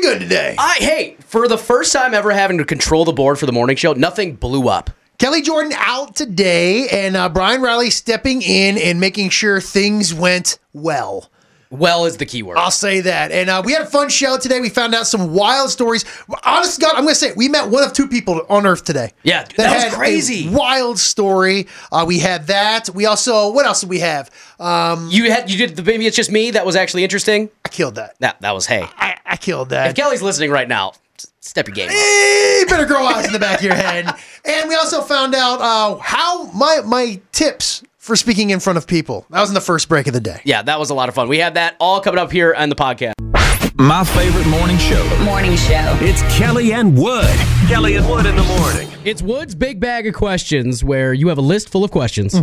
good today. I hey, for the first time ever having to control the board for the morning show, nothing blew up. Kelly Jordan out today, and uh, Brian Riley stepping in and making sure things went well. Well is the key word. I'll say that. And uh, we had a fun show today. We found out some wild stories. Honest to God, I'm going to say it. We met one of two people on Earth today. Yeah, dude, that was crazy. a wild story. Uh, we had that. We also, what else did we have? Um, you had you did the maybe it's just me that was actually interesting. I killed that. That that was hey. I, I killed that. If Kelly's listening right now, s- step your game. up. Eh, better grow eyes in the back of your head. And we also found out uh, how my my tips for speaking in front of people. That was in the first break of the day. Yeah, that was a lot of fun. We have that all coming up here on the podcast. My favorite morning show. Morning show. It's Kelly and Wood. Kelly and Wood in the morning. It's Wood's big bag of questions where you have a list full of questions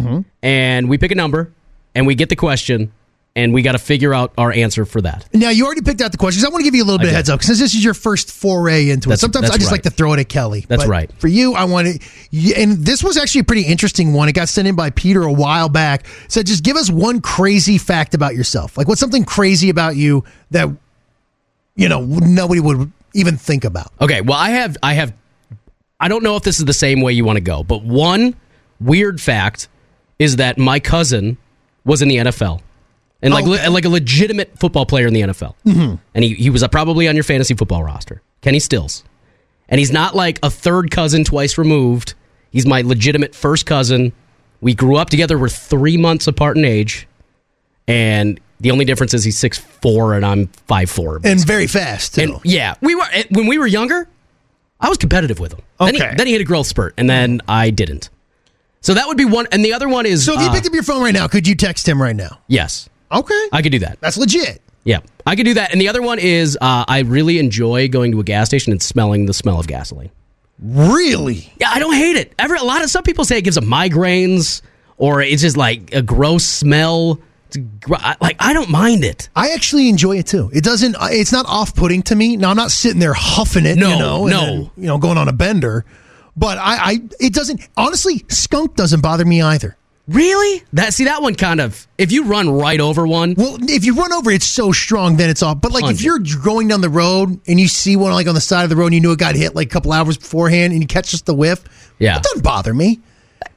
and we pick a number and we get the question and we got to figure out our answer for that. Now you already picked out the questions. I want to give you a little bit of heads up because this is your first foray into it. That's- Sometimes that's I just right. like to throw it at Kelly. That's But right. For you, I want to. And this was actually a pretty interesting one. It got sent in by Peter a while back. It Said just give us one crazy fact about yourself. Like what's something crazy about you that you know nobody would even think about. Okay, well I have I have I don't know if this is the same way you want to go, but one weird fact is that my cousin was in the NFL. And like le- Okay. like a legitimate football player in the NFL. Mm-hmm. And he he was uh, probably on your fantasy football roster. Kenny Stills. And he's not like a third cousin twice removed. He's my legitimate first cousin. We grew up together. We're three months apart in age. And the only difference is he's six four and I'm five four. And very fast. Too. And yeah, we were eh, when we were younger. I was competitive with him. Then Okay. he, then he hit a growth spurt, and then I didn't. So that would be one. And the other one is So if you uh, picked up your phone right now, could you text him right now? yes, Okay. I could do that. That's legit. Yeah, I could do that. And the other one is uh, I really enjoy going to a gas station and smelling the smell of gasoline. Really? Yeah, I don't hate it. Ever a lot of some people say it gives them migraines or it's just like a gross smell. It's gr- I- like I don't mind it. I actually enjoy it too. It doesn't. uh, It's not off-putting to me. Now I'm not sitting there huffing it. No, you know, and no. then, you know, going on a bender. But I, I, it doesn't. Honestly, skunk doesn't bother me either. Really? That see that one kind of if you run right over one. Well, if you run over, it's so strong, then it's off. But like, if you're going down the road and you see one like on the side of the road, and you knew it got hit like a couple hours beforehand, and you catch just the whiff, Yeah. it doesn't bother me.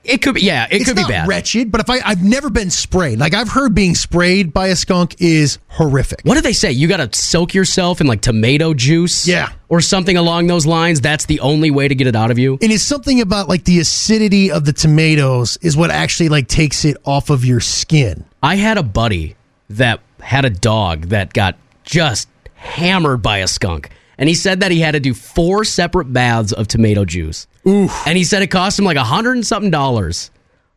It could be yeah, it it's could be not bad. wretched, but if I, I've never been sprayed. Like I've heard being sprayed by a skunk is horrific. What do they say? You got to soak yourself in like tomato juice, Yeah. or something along those lines. That's the only way to get it out of you. And it's something about like the acidity of the tomatoes is what actually like takes it off of your skin. I had a buddy that had a dog that got just hammered by a skunk. And he said that he had to do four separate baths of tomato juice. Oof. And he said it cost him like a hundred and something dollars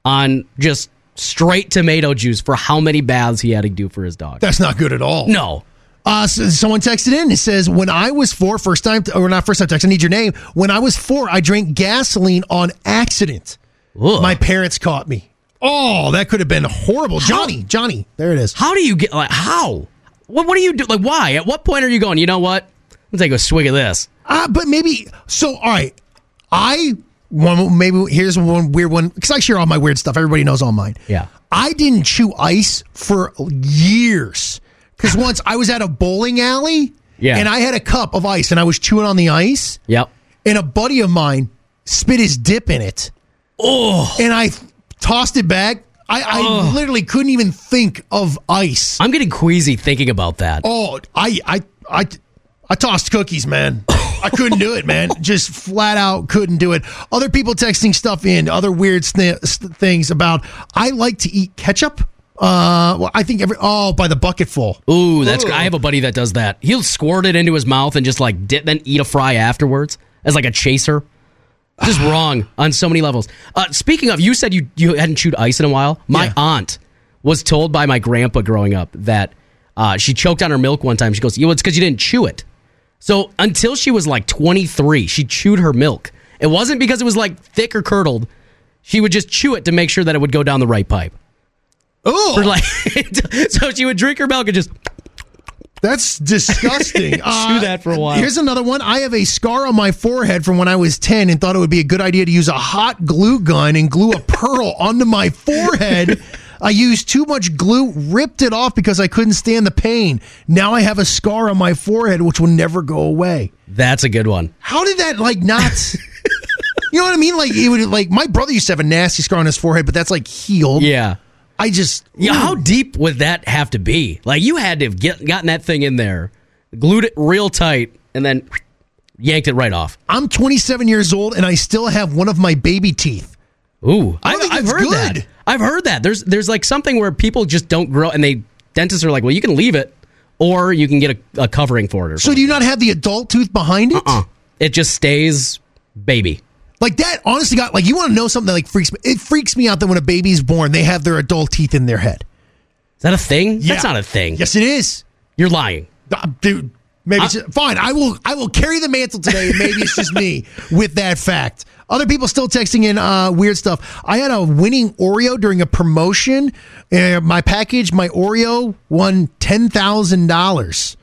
on just straight tomato juice for how many baths he had to do for his dog. That's not good at all. no. Uh, so someone texted in. It says, "When I was four, first time or not first time text. I need your name. When I was four, I drank gasoline on accident. Ugh. My parents caught me. Oh, that could have been horrible, Johnny. Johnny, there it is. how do you get like how? What what do you do like why? At what point are you going, you know what? Let's take a swig of this. Uh, but maybe so. All right, I one maybe here's one weird one because I share all my weird stuff. Everybody knows all mine. Yeah. I didn't chew ice for years because once I was at a bowling alley. Yeah. and I had a cup of ice and I was chewing on the ice, Yep. and a buddy of mine spit his dip in it. Oh, and I tossed it back. I, I literally couldn't even think of ice. I'm getting queasy thinking about that. Oh, I, I, I, I tossed cookies, man. I couldn't do it, man. Just flat out couldn't do it. Other people texting stuff in, other weird sni- st- things about. I like to eat ketchup. Uh, well, I think every oh by the bucketful. Ooh, that's. I have a buddy that does that. He'll squirt it into his mouth and just like dip, then eat a fry afterwards as like a chaser. Just wrong on so many levels. Uh, speaking of, you said you you hadn't chewed ice in a while. My Yeah. aunt was told by my grandpa growing up that uh, she choked on her milk one time. She goes, "You know, it's because you didn't chew it." So until she was like 23, she chewed her milk. It wasn't because it was like thick or curdled. She would just chew it to make sure that it would go down the right pipe. Oh, Or like, so she would drink her milk and just That's disgusting. Chew that for a while. Here's another one. I have a scar on my forehead from when I was 10 and thought it would be a good idea to use a hot glue gun and glue a pearl onto my forehead. I used too much glue, ripped it off because I couldn't stand the pain. Now I have a scar on my forehead which will never go away. That's a good one. How did that like not? you know what I mean? Like it would like my brother used to have a nasty scar on his forehead, but that's like healed. Yeah. I just Yeah, how deep would that have to be? Like you had to have get, gotten that thing in there, glued it real tight, and then yanked it right off. I'm 27 years old and I still have one of my baby teeth. Ooh, I I've, don't think I've that's heard good. that. I've heard that. There's there's like something where people just don't grow, and they dentists are like, well, you can leave it, or you can get a, a covering for it. Or So do you not have the adult tooth behind it? something. it just stays baby. Like that honestly got like you want to know something that like freaks me it freaks me out that when a baby's born they have their adult teeth in their head. Is that a thing? That's Yeah. not a thing. Yes it is. You're lying. Uh, Dude, maybe it's fine. I will I will carry the mantle today and maybe it's just me with that fact. Other people still texting in uh, weird stuff. I had a winning Oreo during a promotion. Uh, my package, my Oreo won $10,000.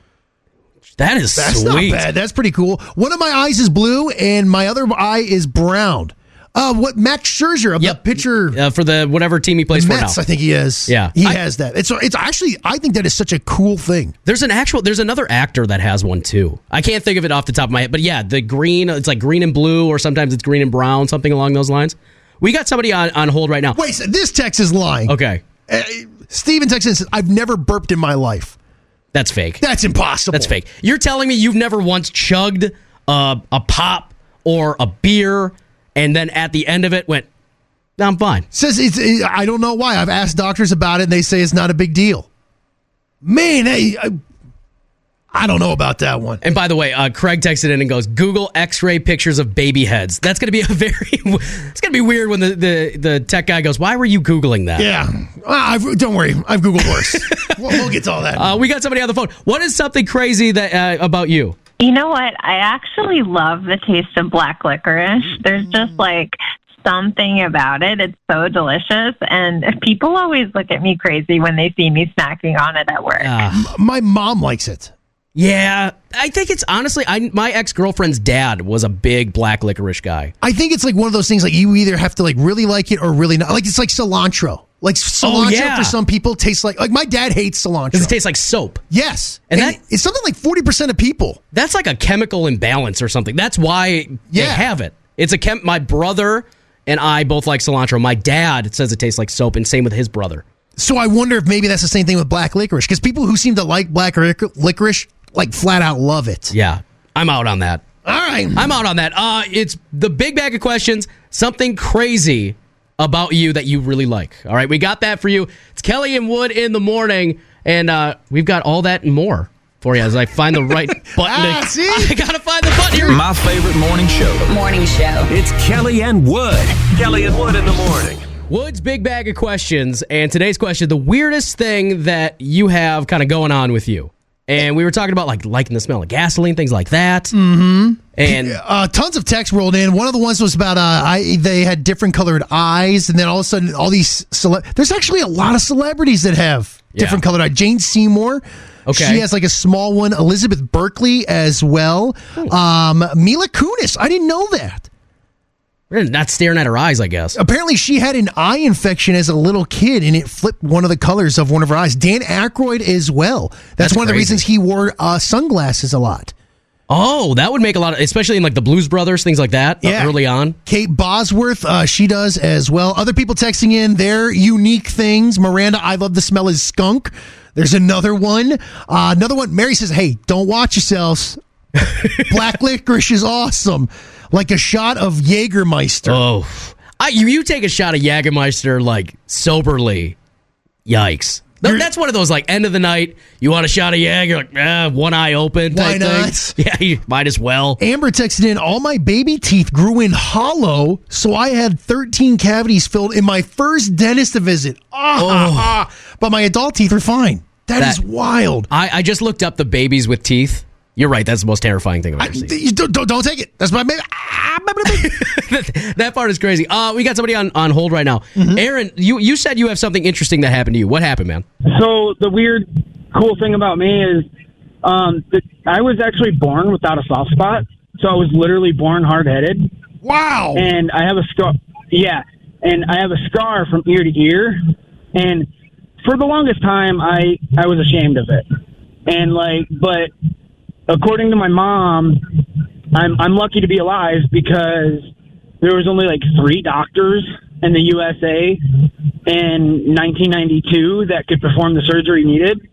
That is That's sweet. not bad. That's pretty cool. One of my eyes is blue, and my other eye is brown. Uh, what Max Scherzer of Yep. that pitcher Uh, for the whatever team he plays for now. Mets, I think he is. Yeah. he I- has that. It's it's actually I think that is such a cool thing. There's an actual. There's another actor that has one too. I can't think of it off the top of my head, but yeah, the green. It's like green and blue, or sometimes it's green and brown, something along those lines. We got somebody on, on hold right now. Wait, so this text is lying. Okay, Uh, Steven Texan says I've never burped in my life. that's fake. That's impossible. That's fake. You're telling me you've never once chugged uh, a pop or a beer, and then at the end of it went, "No, I'm fine." Says it's it, I don't know why. I've asked doctors about it, and they say it's not a big deal. Man, hey, I, I don't know about that one. And by the way, uh, Craig texted in and goes, "Google X-ray pictures of baby heads." That's going to be a very. it's going to be weird when the, the the tech guy goes, "Why were you googling that?" Yeah, Uh, I've, don't worry. I've googled worse. we'll, we'll get to all that. Uh, we got somebody on the phone. What is something crazy that uh, about you? You know what? I actually love the taste of black licorice. There's just like something about it. It's so delicious. And people always look at me crazy when they see me snacking on it at work. my mom likes it. yeah, I think it's honestly, I my ex girlfriend's dad was a big black licorice guy. I think it's like one of those things like you either have to like really like it or really not. Like it's like cilantro. Like cilantro Oh, yeah. for some people tastes like like my dad hates cilantro. Does it taste like soap? yes, And and, that- it's something like forty percent of people. That's like a chemical imbalance or something. That's why they Yeah. have it. It's a chem. My brother and I both like cilantro. My dad says it tastes like soap, and same with his brother. So I wonder if maybe that's the same thing with black licorice because people who seem to like black lic- licorice like flat out love it. Yeah, I'm out on that. All right, I'm out on that. Uh, it's the big bag of questions. Something crazy about you that you really like. All right, we got that for you. It's Kelly and Wood in the morning, and uh, we've got all that and more for you as I find the right button. Ah, to- see? I gotta find the button. Here we My favorite morning show. Morning show. It's Kelly and Wood. Kelly and Wood in the morning. Wood's big bag of questions, and today's question: the weirdest thing that you have kind of going on with you. And we were talking about like liking the smell of gasoline, things like that. Mm-hmm. And uh, tons of text rolled in. One of the ones was about uh, I they had different colored eyes, and then all of a sudden, all these cele- there's actually a lot of celebrities that have Yeah. different colored eyes. Jane Seymour, Okay. she has like a small one. Elizabeth Berkley as well. Hmm. Um, Mila Kunis, I didn't know that. we're not staring at her eyes, I guess. Apparently, she had an eye infection as a little kid, and it flipped one of the colors of one of her eyes. Dan Aykroyd as well. That's, That's one of the crazy. reasons he wore uh, sunglasses a lot. Oh, that would make a lot of, especially in like the Blues Brothers, things like that, uh, Yeah. early on. Kate Bosworth, uh, she does as well. Other people texting in their unique things. Miranda, I love the smell is skunk. There's another one. Uh, another one. Mary says, "Hey, don't watch yourselves. Black licorice is awesome, like a shot of Jägermeister." Oh, I, you, you take a shot of Jagermeister like soberly. Yikes. No, You're- that's one of those like end of the night. You want a shot of Jager, like ah, one eye open Why type not? thing. Yeah, you might as well. Amber texted in, "All my baby teeth grew in hollow, so I had 13 cavities filled in my first dentist visit. Ah, ah, ah. but my adult teeth are fine. that Oh. That- is wild." I, I just looked up the babies with teeth. You're right. That's the most terrifying thing I've I, ever seen. you don't, don't, don't take it. That's my baby. Ah, blah, blah, blah. that part is crazy. Uh, we got somebody on, on hold right now. Mm-hmm. Aaron, you, you said you have something interesting that happened to you. What happened, man? So the weird, cool thing about me is, um, that I was actually born without a soft spot. So I was literally born hard headed, Wow. and I have a scar. Yeah, and I have a scar from ear to ear. And for the longest time, I I was ashamed of it. And like, but according to my mom, I'm I'm lucky to be alive because there was only like three doctors in the USA in 1992 that could perform the surgery needed,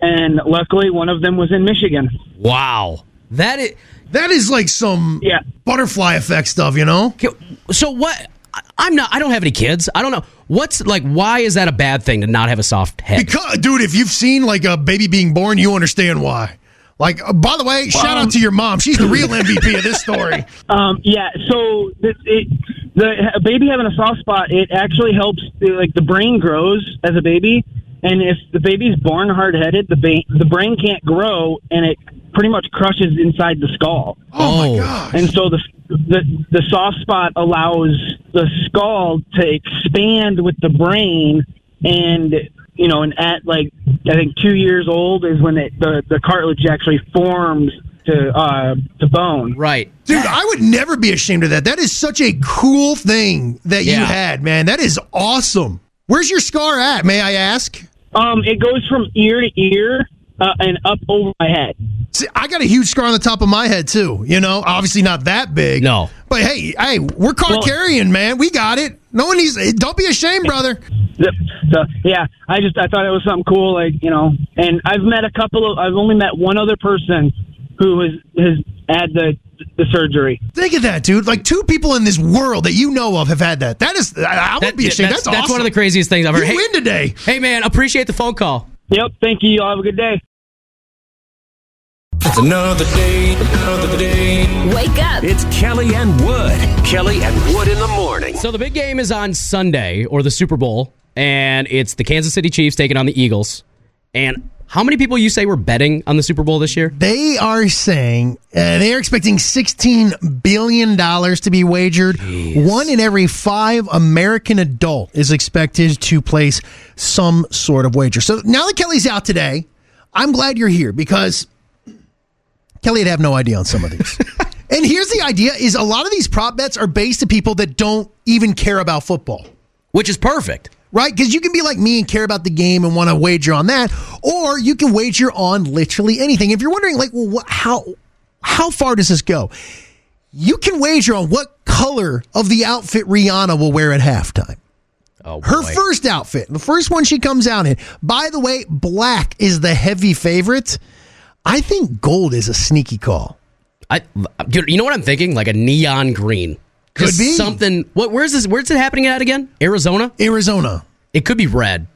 and luckily one of them was in Michigan. Wow. That is That is like some Yeah. butterfly effect stuff, you know? Okay, so what I- I'm not I don't have any kids. I don't know. What's like why is that a bad thing to not have a soft head? Because, dude, if you've seen like a baby being born, you understand why. Like, uh, by the way, shout um, out to your mom. She's the real MVP of this story. Um, yeah, so this, it, the a baby having a soft spot, it actually helps. Like the brain grows as a baby, and if the baby's born hard headed, the ba- the brain can't grow, and it pretty much crushes inside the skull. Oh, Oh. my gosh. And so the, the the soft spot allows the skull to expand with the brain, and you know, and at like I think two years old is when it, the the cartilage actually forms to uh, to bone. Right. Dude, I would never be ashamed of that. That is such a cool thing that you Yeah. had, man. That is awesome. Where's your scar at, may I ask? Um, it goes from ear to ear uh, and up over my head. See, I got a huge scar on the top of my head too. You know, obviously not that big. No. but hey, hey, we're Caucarian, man. We got it. No one needs. eh, Don't be ashamed, brother. The, so yeah, I just I thought it was something cool, like you know. And I've met a couple of. I've only met one other person who has has had the the surgery. Think of that, dude. Like two people in this world that you know of have had that. That is, I, I would That- be ashamed. That's, that's awesome. one of the craziest things I've You heard. Hey, win today. hey man, appreciate the phone call. Yep. Thank you. Y'all have a good day. It's another day, another day. Wake up. It's Kelly and Wood. Kelly and Wood in the morning. So the big game is on Sunday or the Super Bowl, and it's the Kansas City Chiefs taking on the Eagles. And how many people you say were betting on the Super Bowl this year? They are saying uh, they are expecting sixteen billion dollars to be wagered. One in every five American adult is expected to place some sort of wager. So now that Kelly's out today, I'm glad you're here because Kelly would have no idea on some of these. and here's the idea: is a lot of these prop bets are based to people that don't even care about football Which is perfect. right? Because you can be like me and care about the game and want to wager on that, or you can wager on literally anything. If you're wondering, like, well, what, how how far does this go? You can wager on what color of the outfit Rihanna will wear at halftime. Oh, Her boy. first outfit, the first one she comes out in. By the way, black is the heavy favorite. I think gold is a sneaky call. I, dude, you know what I'm thinking? Like a neon green. Could Just be. something. What? Where's this? Where's it happening at again? Arizona. Arizona. It could be red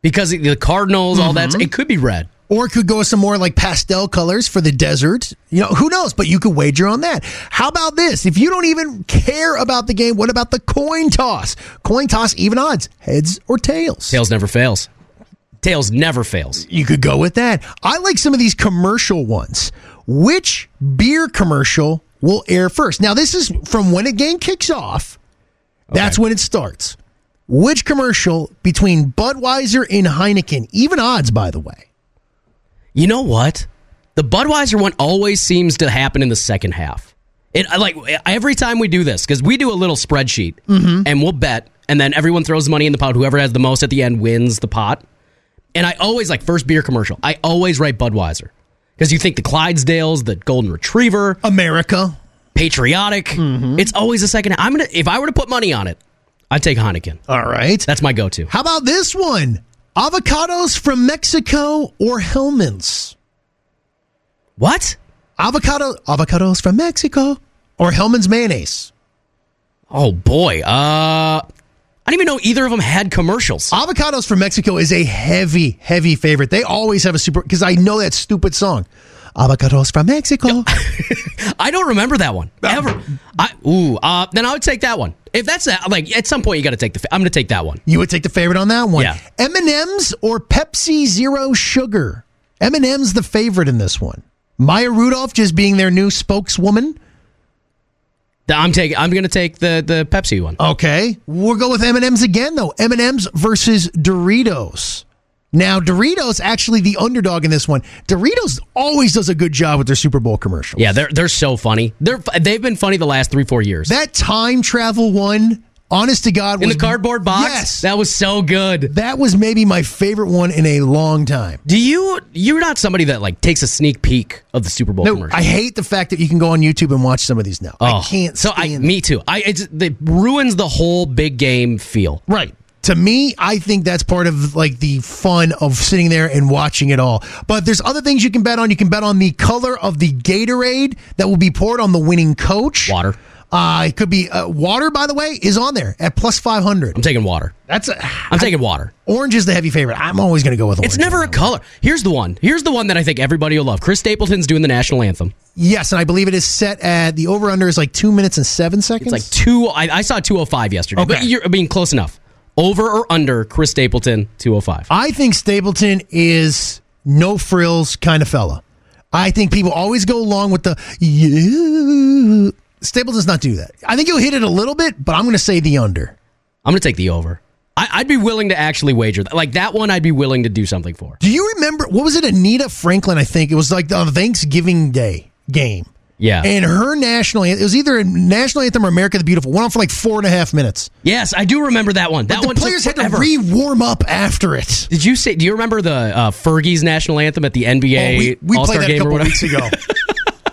because the Cardinals, all that. It could be red. Or it could go with some more like pastel colors for the desert. You know, who knows? But you could wager on that. How about this? If you don't even care about the game, what about the coin toss? Coin toss, even odds, heads or tails. Tails never fails. Tails never fails. You could go with that. I like some of these commercial ones. Which beer commercial will air first? Now, this is from when a game kicks off. That's when it starts. Which commercial between Budweiser and Heineken? Even odds, by the way. You know what? The Budweiser one always seems to happen in the second half. It I like every time we do this because we do a little spreadsheet and we'll bet, and then everyone throws money in the pot. Whoever has the most at the end wins the pot. And I always like first beer commercial. I always write Budweiser because you think the Clydesdales, the Golden Retriever, America. patriotic. Mm-hmm. It's always the second. I'm gonna if I were to put money on it, I'd take Heineken. All right. That's my go-to. How about this one? Avocados from Mexico or Hellman's? What? Avocado avocados from Mexico or Hellman's mayonnaise? Oh boy. Uh, I didn't even know either of them had commercials. Avocados from Mexico is a heavy, heavy favorite. They always have a super because I know that stupid song. Avocados from Mexico. I don't remember that one ever. I ooh. Uh, then I would take that one. If that's that, like at some point you got to take the. fa- I'm gonna take that one. You would take the favorite on that one. Yeah. M&M's or Pepsi Zero Sugar? M&M's the favorite in this one. Maya Rudolph just being their new spokeswoman. Th- I'm taking. I'm gonna take the the Pepsi one. Okay, we'll go with M and M's again though. M and M's versus Doritos. Now Doritos actually the underdog in this one. Doritos always does a good job with their Super Bowl commercial. Yeah, they're they're so funny. They're f- they've been funny the last three four years. That time travel one. honest to God, in was, the cardboard box. Yes, that, That was so good. was maybe my favorite one in a long time. Do you you're not somebody that like takes a sneak peek of the Super Bowl No, commercial? Oh. I hate the fact that you can go on YouTube and watch some of these now. I can't. So I stand- me too. I it's, it ruins the whole big game feel. Right. To me, I think that's part of like the fun of sitting there and watching it all. But there's other things you can bet on. You can bet on the color of the Gatorade that will be poured on the winning coach. Water. Uh, it could be uh, water. By the way, is on there at plus five I'm hundred. taking water. That's a, I'm taking water. orange is the heavy favorite. I'm always going to go with orange. It's never a color. Here's the one. Here's the one that I think everybody will love. Chris Stapleton's doing the national anthem. yes, and I believe it is set at the over under is like two minutes and seven It's seconds. like two. I, I saw 205 yesterday. But Okay. you're, I mean, close enough. Over or under Chris Stapleton 205. I think Stapleton is no frills kind of fella. I think people always go along with the you. Stapleton does not do that. I think he'll hit it a little bit, but I'm going to say the under. I'm gonna take the over. I, I'd be willing to actually wager that. Like that one, I'd be willing to do something for. Do you remember what was it? Anita Franklin, I think it was like the Thanksgiving Day game, Yeah. and her national it was either a national anthem or America the Beautiful went on for like four and a half minutes. yes, I do remember that one. That The one took players had to forever. re warm up after it. Did you say? Do you remember the uh, Fergie's national anthem at the NBA Oh, we we All played Star that a game or couple whatever? weeks ago.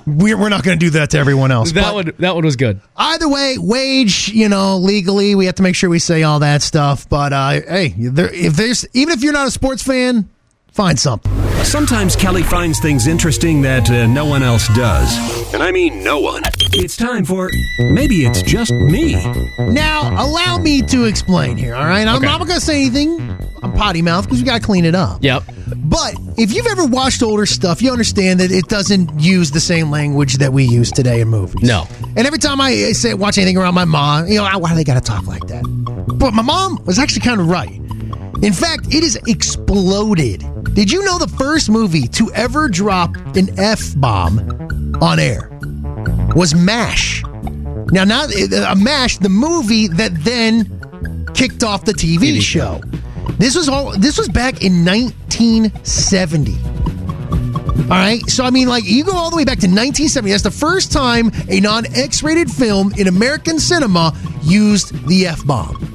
we're, we're not going to do that to everyone else. that but- one, that one was good. either way, wage, you know, legally, we have to make sure we say all that stuff. But uh, hey, there, if there's even if you're not a sports fan, find something. Sometimes Kelly finds things interesting that uh, no one else does. And I mean no one. It's time for Maybe It's Just Me. Now, allow me to explain here. All right, I'm Okay. not gonna say anything. I'm potty mouth because we gotta clean it up. Yep. But if you've ever watched older stuff, you understand that it doesn't use the same language that we use today in movies. No. And every time I uh, say watch anything around my mom, you know, "Ah, why do they got to talk like that? But my mom was actually kind of right. In fact, it is exploded. Did you know the first movie to ever drop an F bomb on air was MASH? Now, not uh, uh, MASH, the movie that then kicked off the TV show. This was all. This was back in 1970. All right, so I mean, like you go all the way back to 1970. That's the first time a non-X-rated film in American cinema used the F-bomb.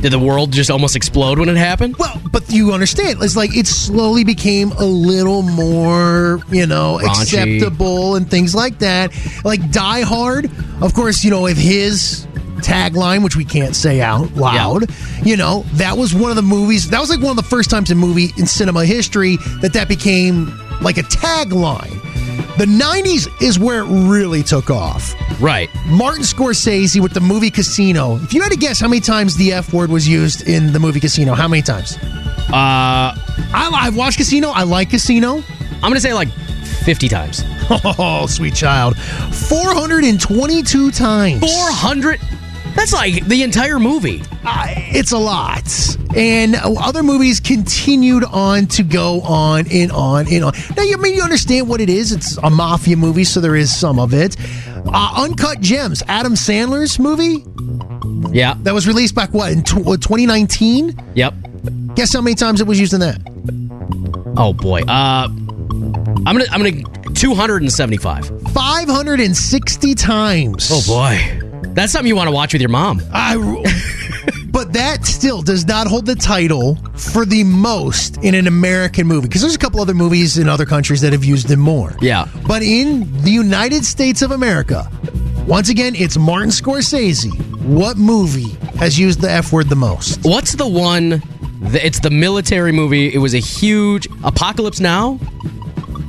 Did the world just almost explode when it happened? Well, but you understand, it's like it slowly became a little more, you know, Raunchy. acceptable and things like that. Like Die Hard, of course, you know, if his tagline, which we can't say out loud, you know, that was one of the movies. That was like one of the first times in movie in cinema history that that became like a tagline. The 90s is where it really took off. Right. Martin Scorsese with the movie Casino. If you had to guess how many times the F word was used in the movie Casino, how many times? Uh, I, I've watched Casino. I like Casino. I'm gonna say like 50 times. Oh, sweet child. 422 times. 400. That's like the entire movie. Uh, it's a lot. And other movies continued on to go on and on and on. Now, you I mean you understand what it is? It's a mafia movie, so there is some of it. Uh, Uncut Gems, Adam Sandler's movie Yeah. that was released back, what, in tw- uh, 2019? Yep. Guess how many times it was used in that? Oh boy. Uh, I'm gonna I'm gonna 275. 560 times. Oh, boy. That's something you want to watch with your mom. I, but that still does not hold the title for the most in an American movie because there's a couple other movies in other countries that have used them more. Yeah. But in the United States of America, once again, it's Martin Scorsese. What movie has used the F word the most? What's the one? that- It's the military movie. It was a huge Apocalypse Now.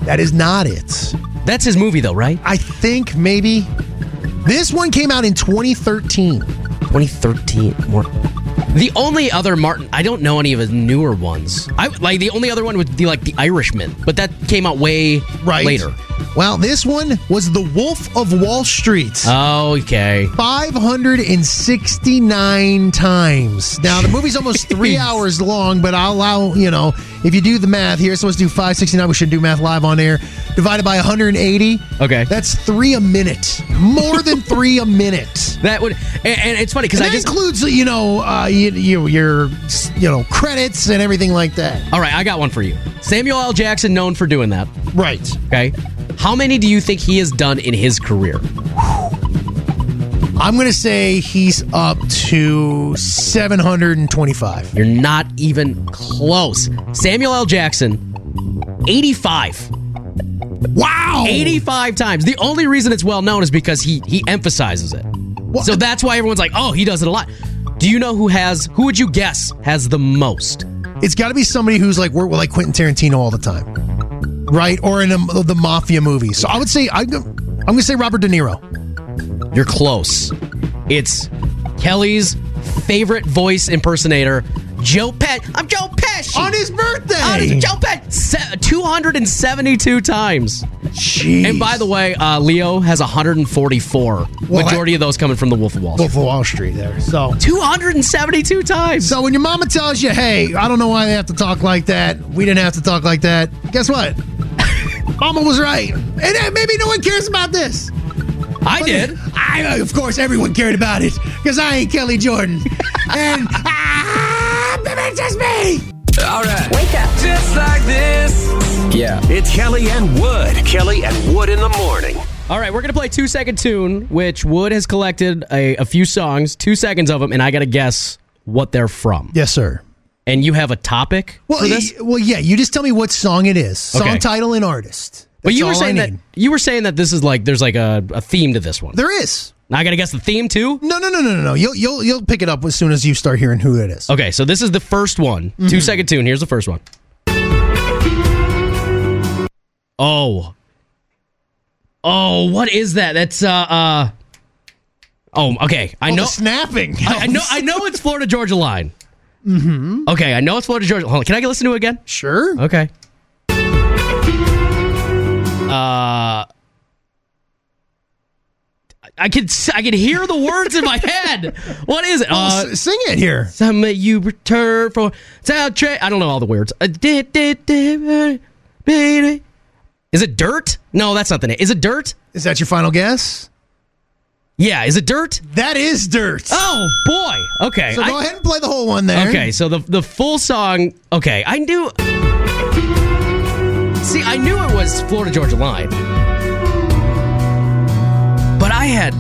That is not it. That's his movie though, right? I think maybe this one came out in 2013. 2013. More. The only other Martin, I don't know any of his newer ones. I like the only other one would be like The Irishman, but that came out way Right. later. Well, this one was The Wolf of Wall Street. Uh. Okay. 569 times. Now, the movie's almost three Jeez. hours long, but I'll allow, you know, if you do the math here, it's supposed to do 569. We should do math live on air. Divided by 180. Okay. That's three a minute. More than three a minute. That would, and, and it's funny because And I that just. includes, you know, uh, you, you, your, you know, credits and everything like that. All right, I got one for you. Samuel L. Jackson, known for doing that. Right. Okay. How many do you think he has done in his career? I'm going to say he's up to 725. You're not even close. Samuel L. Jackson, 85. Wow. 85 times. The only reason it's well known is because he he emphasizes it. So that's why everyone's like, "Oh, he does it a lot." Do you know who has who would you guess has the most? It's got to be somebody who's like worked with like Quentin Tarantino all the time, right? Or in a, the mafia movie. So I would say I'm, go- I'm going to say Robert De Niro. You're close. It's Kelly's favorite voice impersonator, Joe Pesci. I'm Joe Pesci. On his birthday. On his- Joe Pesci. Se- 272 times. Jeez. And by the way, uh, Leo has 144. Well, Majority of those coming from the Wolf of Wall Street. Wolf of Wall Street there. So 272 times. So when your mama tells you, "Hey, I don't know why they have to talk like that. We didn't have to talk like that." Guess what? mama was right, and eh, maybe no one cares about this. I did. I, of course, everyone cared about it because I ain't Kelly Jordan, and ah, it's just me. All right. Wake up. Just like this. Yeah. It's Kelly and Wood. Kelly and Wood in the morning. All right, we're going to play Two Second Tune, which Wood has collected a, a few songs, two seconds of them, and I got to guess what they're from. Yes, sir. And you have a topic Well, for this? y- well, yeah. You just tell me what song it is, song Okay. title, and artist. but That's you were all I saying that need. you were saying that this is like there's like a, a theme to this one. there is. Now I got to guess the theme too? No, no, no, no, no, no. You'll you'll you'll pick it up as soon as you start hearing who it is. Okay, so this is the first one. Mm-hmm. Two second tune. Here's the first one. Oh. Oh, what is that? That's uh uh Oh, okay. I Oh, know the snapping. I, I know I know it's Florida Georgia line. Mm-hmm. Okay, I know it's Florida Georgia. Hold on, can I listen to it again? Sure. Okay. Uh I could s- I could hear the words in my head. What is it? Uh, S- sing it here. some of you return for sound tra- I don't know all the words. Uh, di- di- di- baby. Is it dirt? No, that's not the name. Is it dirt? Is that your final guess? Yeah, is it dirt? That is dirt. Oh boy. Okay. So I- go ahead and play the whole one there. Okay, so the the full song. Okay, I knew. See, I knew it was Florida Georgia Line, but I had.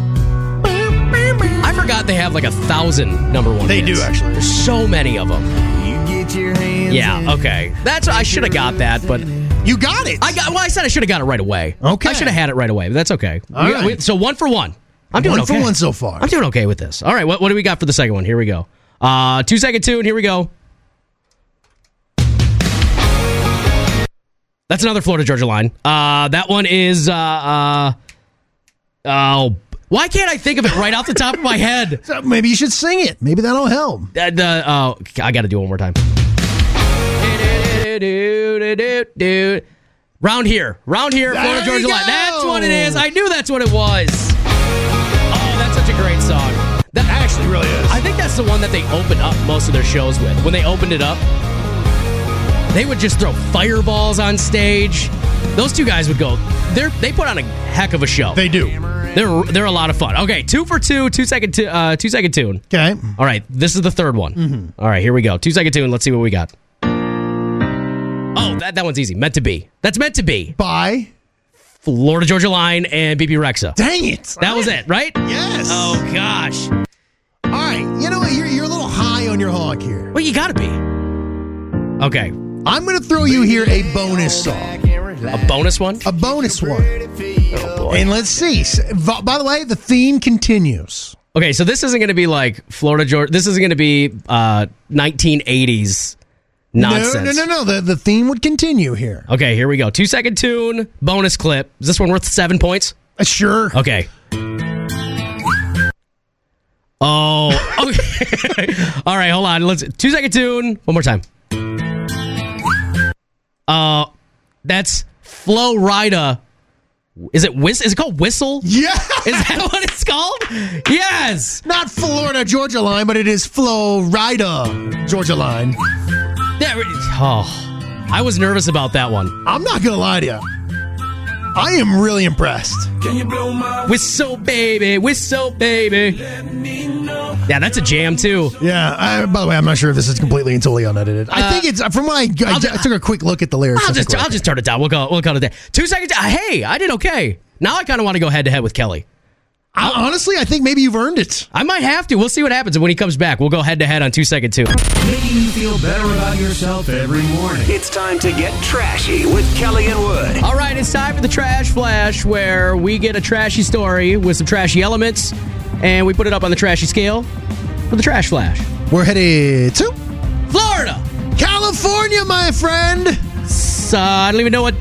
I forgot they have like a thousand number one. They hits. do, actually. There's so many of them. Yeah. Okay. That's I should have got that, but You got it. I got. Well, I said I should have got it right away. Okay. I should have had it right away. But that's okay. All We- right. we- so one for one. I'm doing one okay. for one so far. I'm doing okay with this. All right, what, what do we got for the second one? Here we go. Uh, two second tune. Here we go. That's another Florida Georgia line. Uh, that one is. Uh, uh, oh, why can't I think of it right off the top of my head? So maybe you should sing it. Maybe that'll help. Uh, the oh, I got to do it one more time. Round here, round here, Florida There you Georgia line. go. That's what it is. I knew that's what it was. Oh, that's such a great song. That actually really is. I think that's the one that they open up most of their shows with. When they opened it up, they would just throw fireballs on stage. Those two guys would go. They're they put on a heck of a show. They do. they're they're a lot of fun. Okay, two for two, two second tu- uh, two second tune. Okay. All right, this is the third one. Mm-hmm. All right, here we go. Two second tune. Let's see what we got. Oh, that, that one's easy. Meant to be. That's meant to be. Bye. Florida Georgia Line and BB Rexa. Dang it. That was it, right? Yes. Oh gosh. All right. You know what? You're, you're a little high on your hog here. Well, you gotta be. Okay, I'm going to throw you here a bonus song, a bonus one. a bonus one. Oh, And let's see. S- v- By the way, the theme continues. Okay, so this isn't gonna be like Florida Georgia. This isn't gonna be uh, 1980s nonsense. No, no, no, no. The, the theme would continue here. Okay, here we go. Two second tune. Bonus clip. Is this one worth seven points? Uh, Sure. Okay. Oh, okay. All right, hold on. Let's two second tune. One more time. Uh, that's Flow Rida. Is it whis? Is it called whistle? Is Yeah. that what it's called? Yes. Not Florida Georgia Line, but it is Florida Georgia Line. There. it is. Oh, I was nervous about that one. I'm not going to lie to you. I am really impressed. Whistle baby, whistle baby. Yeah, that's a jam too. Yeah. I, by the way, I'm not sure if this is completely and totally unedited. I think it's uh, from what I, I, Uh, ju- I took a quick look at the lyrics. I'll I think just we're I'll okay. just turn it Uh, down. We'll call we'll call it a day. Two seconds. Hey, I did okay. Now I kind of want to go head to head with Kelly. I, honestly, I think maybe you've earned it. I might have to. We'll see what happens. And when he comes back, we'll go head to head on two second two. Making you feel better about yourself every morning. It's time to get trashy with Kelly and Wood. All right, it's time for the trash flash where we get a trashy story with some trashy elements and we put it up on the trashy scale for the trash flash. We're headed to Florida. California, my friend. So, I don't even know what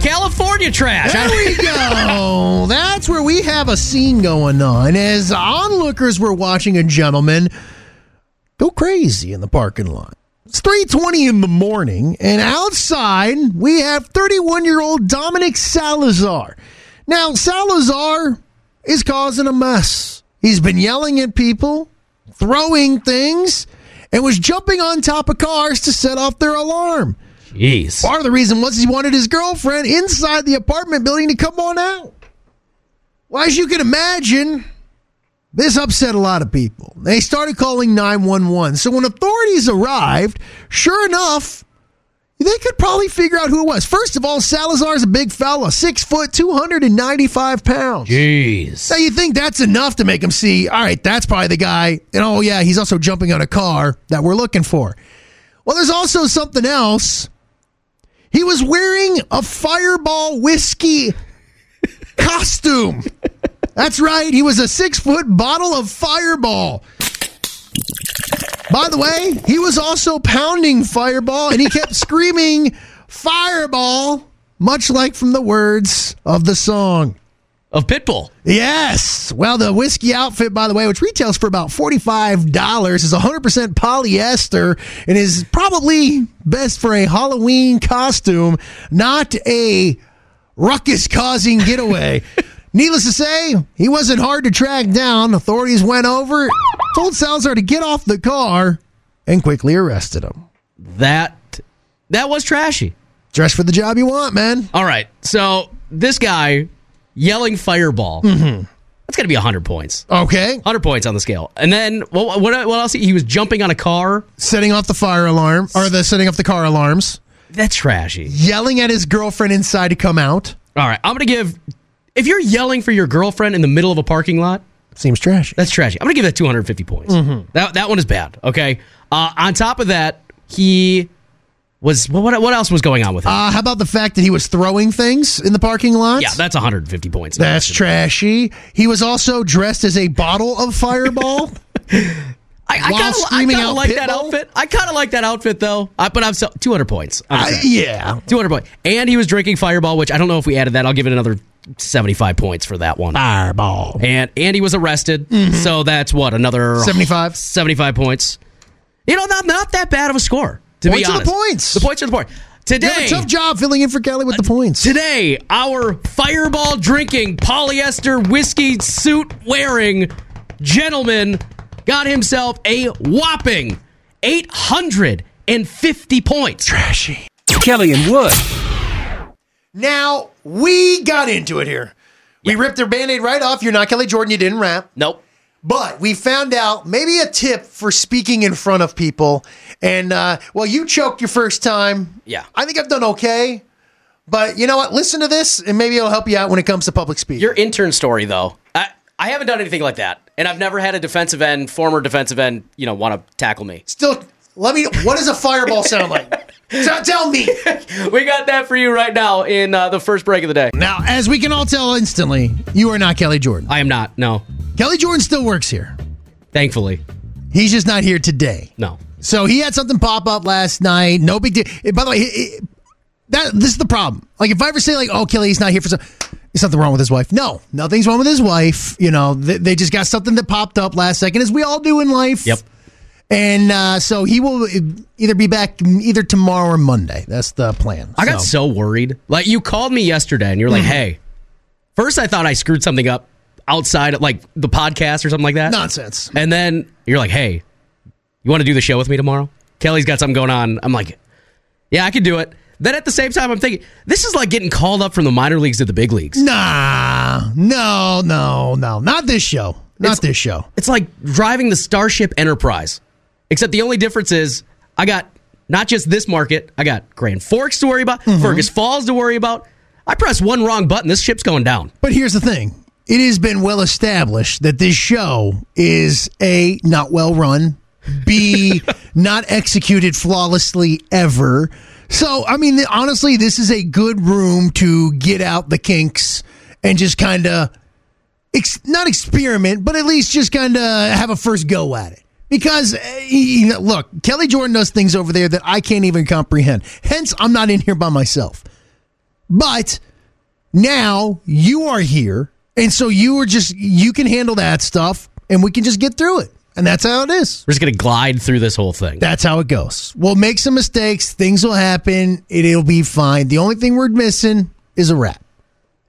California trash. There we go. That's where we have a scene going on. As onlookers were watching a gentleman go crazy in the parking lot. It's 3:20 in the morning, and outside we have 31-year-old Dominic Salazar. Now Salazar is causing a mess. He's been yelling at people, throwing things, and was jumping on top of cars to set off their alarm. Jeez. Part of the reason was he wanted his girlfriend inside the apartment building to come on out. Well, as you can imagine, this upset a lot of people. They started calling 911. So when authorities arrived, sure enough, they could probably figure out who it was. First of all, Salazar's a big fella, six foot, 295 pounds. Jeez. Now you think that's enough to make him see, all right, that's probably the guy. And oh, yeah, he's also jumping on a car that we're looking for. Well, there's also something else. He was wearing a fireball whiskey costume. That's right. He was a six foot bottle of fireball. By the way, he was also pounding fireball and he kept screaming fireball, much like from the words of the song. Of Pitbull. Yes. Well, the whiskey outfit, by the way, which retails for about $45, is 100% polyester and is probably best for a Halloween costume, not a ruckus causing getaway. Needless to say, he wasn't hard to track down. Authorities went over, told Salazar to get off the car, and quickly arrested him. That that was trashy. Dress for the job you want, man. All right. So, this guy yelling fireball. Mm-hmm. That's going to be 100 points. Okay. 100 points on the scale. And then what what, what else he was jumping on a car? Setting off the fire alarm, or the setting off the car alarms. That's trashy. Yelling at his girlfriend inside to come out. All right, I'm gonna give. If you're yelling for your girlfriend in the middle of a parking lot, Seems trashy. that's trashy. I'm gonna give that 250 points. Mm-hmm. That that one is bad. Okay. Uh, on top of that, he was. Well, what what else was going on with him? Uh, how about the fact that he was throwing things in the parking lot? yeah, that's 150 points. That's trashy. He was also dressed as a bottle of Fireball. I, I While kind of I screaming kinda out like that Pitbull? outfit. I kind of like that outfit though. I, but I'm so, 200 points. I'm I- sorry. Uh, yeah. 200 points. And he was drinking Fireball, which I don't know if we added that. I'll give it another 75 points for that one. Fireball. Mm-hmm. and and he was arrested. So that's what another 75. 75 points. You know, not not that bad of a score. To Points be are the honest, points. The points are the point. You have a Today, tough job filling in for Kelly with the points. today, our fireball drinking, polyester whiskey suit wearing gentleman got himself a whopping 850 points. Trashy. Kelly and Wood. Now, we got into it here. We ripped their band aid right off. You're not Kelly Jordan. You didn't rap. Nope. But we found out maybe a tip for speaking in front of people. And uh, well, you choked your first time. Yeah. I think I've done okay. But you know what? Listen to this, and maybe it'll help you out when it comes to public speaking. Your intern story, though, I, I haven't done anything like that. And I've never had a defensive end, former defensive end, you know, want to tackle me. Still, let me. What does a fireball sound like? So tell me. We got that for you right now in uh, the first break of the day. Now, as we can all tell instantly, you are not Kelly Jordan. I am not. No. Kelly Jordan still works here. Thankfully. He's just not here today. No. So he had something pop up last night. No big deal. Eh, By the way, eh, eh, that this is the problem. Like if I ever say like, "Oh, Kelly's not here for some," there's something wrong with his wife. No, nothing's wrong with his wife. You know, they, they just got something that popped up last second, as we all do in life. Yep. And uh, so he will eh, either be back mm, either tomorrow or Monday. That's the plan. I got so Hmm. worried. Like, you called me yesterday and you're like, hey, first I thought I screwed something up outside, like the podcast or something like that. nonsense. And then you're like, hey, you want to do the show with me tomorrow? Kelly's got something going on. I'm like, yeah, I can do it. Then at the same time, I'm thinking, this is like getting called up from the minor leagues to the big leagues. Nah, no, no, no, not this show. Not this show. It's like driving the Starship Enterprise, except the only difference is I got not just this market, I got Grand Forks to worry about, Fergus Falls to worry about. I press one wrong button, this ship's going down. But here's the thing. it has been well established that this show is a not well run, b not executed flawlessly ever. So, I mean, th- honestly, this is a good room to get out the kinks and just kind of ex- not experiment, but at least just kind of have a first go at it. Because eh, you know, look, Kelly Jordan does things over there that I can't even comprehend. Hence, I'm not in here by myself. But now you are here, and so you are just you can handle that stuff, and we can just get through it. And that's how it is. We're just gonna glide through this whole thing. That's how it goes. We'll make some mistakes. Things will happen. It, it'll be fine. The only thing we're missing is a wrap,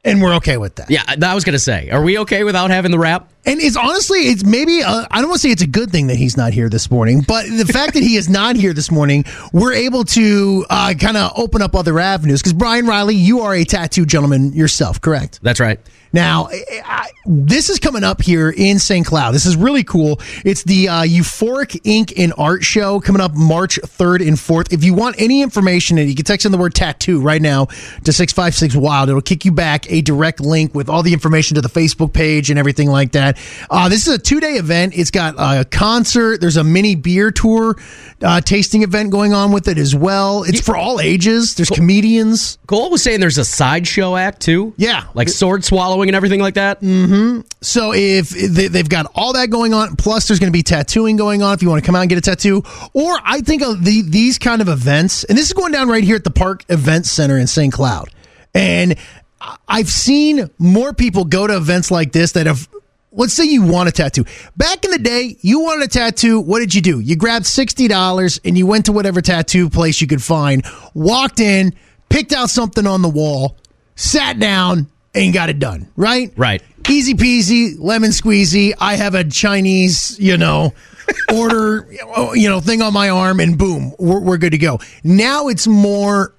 and we're okay with that. yeah, I- I was gonna say, are we okay without having the rap? And it's honestly, it's maybe uh, I don't want to say it's a good thing that he's not here this morning, but the fact that he is not here this morning, we're able to uh, kind of open up other avenues. Because Brian Riley, you are a tattoo gentleman yourself, correct? That's right. Now, I- I, this is coming up here in St. Cloud. This is really cool. It's the uh, Euphoric Ink and Art Show coming up March 3rd and 4th. If you want any information, and you can text in the word tattoo right now to 656 Wild, it'll kick you back a direct link with all the information to the Facebook page and everything like that. Uh, this is a two day event. It's got a concert, there's a mini beer tour uh, tasting event going on with it as well. It's for all ages, there's comedians. Cole was saying there's a sideshow act too. Yeah. Like sword swallowing and everything like that. So if they- they've got all that going on, plus there's going to be tattooing going on if you want to come out and get a tattoo, or I think of the, these kind of events, and this is going down right here at the Park Event Center in St. Cloud, and I- I've seen more people go to events like this that have. Let's say you want a tattoo. Back in the day, you wanted a tattoo. What did you do? You grabbed sixty dollars and you went to whatever tattoo place you could find, walked in, picked out something on the wall, sat down, and got it done. Right? Right. easy peasy lemon squeezy i have a chinese you know order you know thing on my arm and boom we're, we're good to go now it's more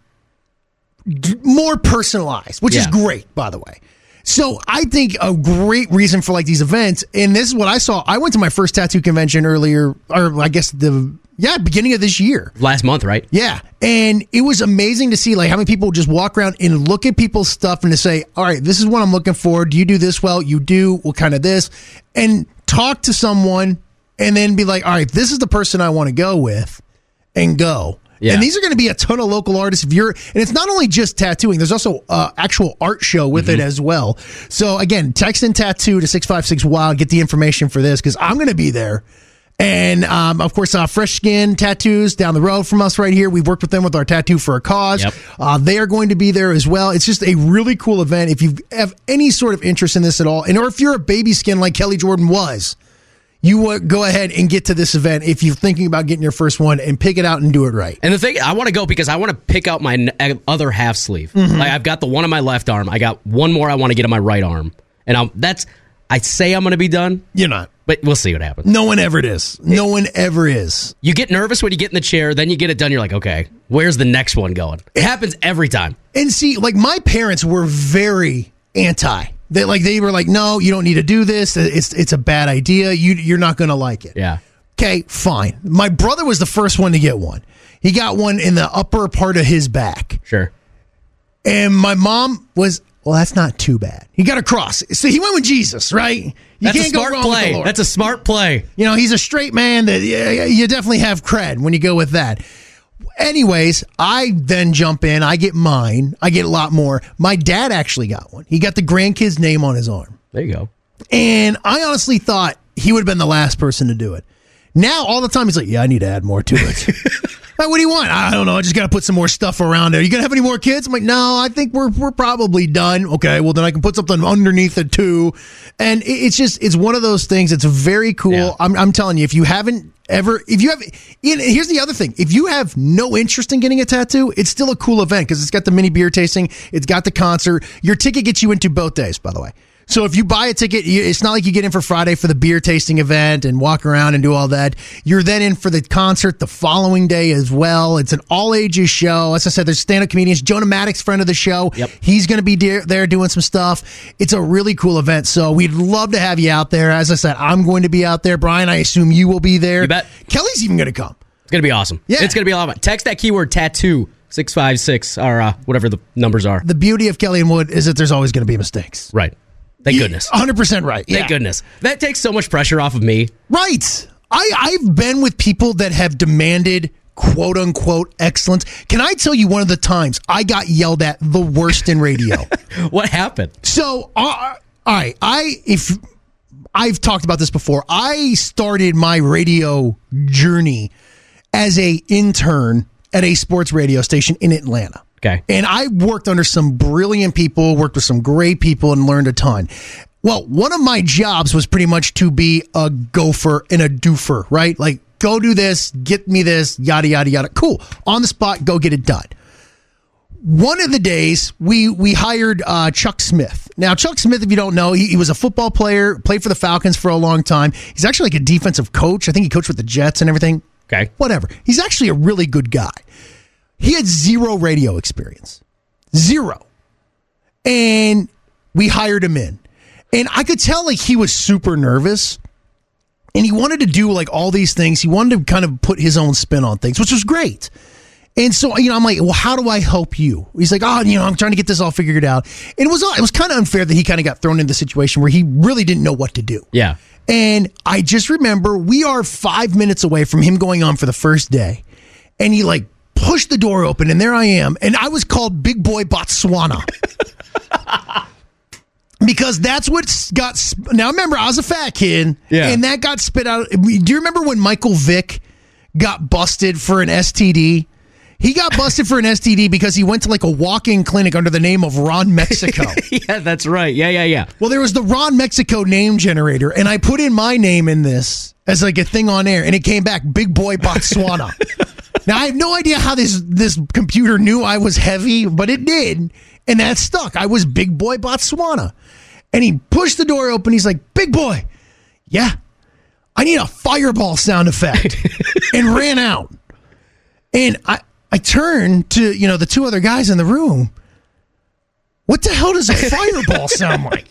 more personalized which is Yeah. great by the way so i think a great reason for like these events and this is what i saw i went to my first tattoo convention earlier or i guess the yeah beginning of this year Last month, right? yeah, and it was amazing to see like how many people just walk around and look at people's stuff and to say, "All right, this is what I'm looking for. Do you do this well? You do. What kind of this?" And talk to someone and then be like, "All right, this is the person I want to go with." And go. Yeah. And these are going to be a ton of local artists. If you're, and it's not only just tattooing. There's also uh, actual art show with it as well. So again, text and tattoo to six five six wild. Get the information for this because I'm going to be there. And um, of course, uh, Fresh Skin Tattoos down the road from us right here. We've worked with them with our tattoo for a cause. Yep. Uh, they are going to be there as well. It's just a really cool event. If you have any sort of interest in this at all, and or if you're a baby skin like Kelly Jordan was, you uh, go ahead and get to this event if you're thinking about getting your first one and pick it out and do it right. And the thing, I want to go because I want to pick out my n- e, other half sleeve. Mm-hmm. Like I've got the one on my left arm. I got one more I want to get on my right arm, and I'm, that's I say I'm going to be done, You're not. but we'll see what happens. No one ever is. No one ever is. You get nervous when you get in the chair, then you get it done. You're like, okay, where's the next one going? It happens every time. And see, like my parents were very anti. They like they were like, no, you don't need to do this. It's it's a bad idea. You you're not gonna like it. Yeah, Okay, fine. My brother was the first one to get one. He got one in the upper part of his back. sure. And my mom was, well, that's not too bad. He got a cross. So he went with Jesus, right? You That's a smart play. That's a smart play. You know, he's a straight man that yeah, yeah, you definitely have cred when you go with that. Anyways, I then jump in. I get mine. I get a lot more. My dad actually got one. He got the grandkid's name on his arm. There you go. And I honestly thought he would have been the last person to do it. Now, all the time, he's like, yeah, I need to add more to it. like, what do you want? I don't know. I just got to put some more stuff around there. You going to have any more kids? I'm like, no, I think we're, we're probably done. Okay, well, then I can put something underneath it too. And it, it's just, it's one of those things. It's very cool. Yeah. I'm, I'm telling you, if you haven't ever, if you have, and here's the other thing. If you have no interest in getting a tattoo, it's still a cool event because it's got the mini beer tasting, it's got the concert. Your ticket gets you into both days, by the way. So if you buy a ticket, you- it's not like you get in for Friday for the beer tasting event and walk around and do all that. You're then in for the concert the following day as well. It's an all ages show. As I said, there's stand up comedians. Jonah Maddox, friend of the show, Yep. he's going to be de- there doing some stuff. It's a really cool event. So we'd love to have you out there. As I said, I'm going to be out there. Brian, I assume you will be there. You bet. Kelly's even going to come. It's gonna be awesome. Yeah. it's gonna be a lot of fun. Text that keyword tattoo six five six or uh, whatever the numbers are. The beauty of Kelly and Wood is that there's always going to be mistakes. Right. Thank goodness. 100% right. Oh, Yeah. Thank goodness. That takes so much pressure off of me. Right. I, I've been with people that have demanded quote unquote excellence. Can I tell you one of the times I got yelled at the worst in radio? What happened? so, uh, all right, I, if I've talked about this before, I started my radio journey as a intern at a sports radio station in Atlanta. Okay. And I worked under some brilliant people, worked with some great people, and learned a ton. Well, one of my jobs was pretty much to be a gopher and a doofer, right? Like, go do this, get me this, yada, yada, yada. Cool. On the spot, go get it done. One of the days, we we hired uh, Chuck Smith. Now, Chuck Smith, if you don't know, he, he was a football player, played for the Falcons for a long time. He's actually like a defensive coach. I think he coached with the Jets and everything. Okay. Whatever. He's actually a really good guy. He had zero radio experience. Zero. And we hired him in. And I could tell like he was super nervous and he wanted to do like all these things. He wanted to kind of put his own spin on things, which was great. And so, you know, I'm like, well, how do I help you? He's like, oh, you know, I'm trying to get this all figured out. And it was it was kind of unfair that he kind of got thrown into the situation where he really didn't know what to do. Yeah. And I just remember we are five minutes away from him going on for the first day. And he like pushed the door open, and there I am. And I was called Big Boy Botswana. because that's what got. sp- Now, remember, I was a fat kid. Yeah. And that got spit out. Do you remember when Michael Vick got busted for an STD? He got busted for an STD because he went to like a walk in clinic under the name of Ron Mexico. Yeah, that's right. Yeah, yeah, yeah. Well, there was the Ron Mexico name generator, and I put in my name in this as like a thing on air, and it came back Big Boy Botswana. now I have no idea how this this computer knew I was heavy, but it did, and that stuck. I was Big Boy Botswana, and he pushed the door open. He's like, Big Boy, yeah, I need a fireball sound effect, and ran out. And I I turned to you know the two other guys in the room. What the hell does a fireball sound like?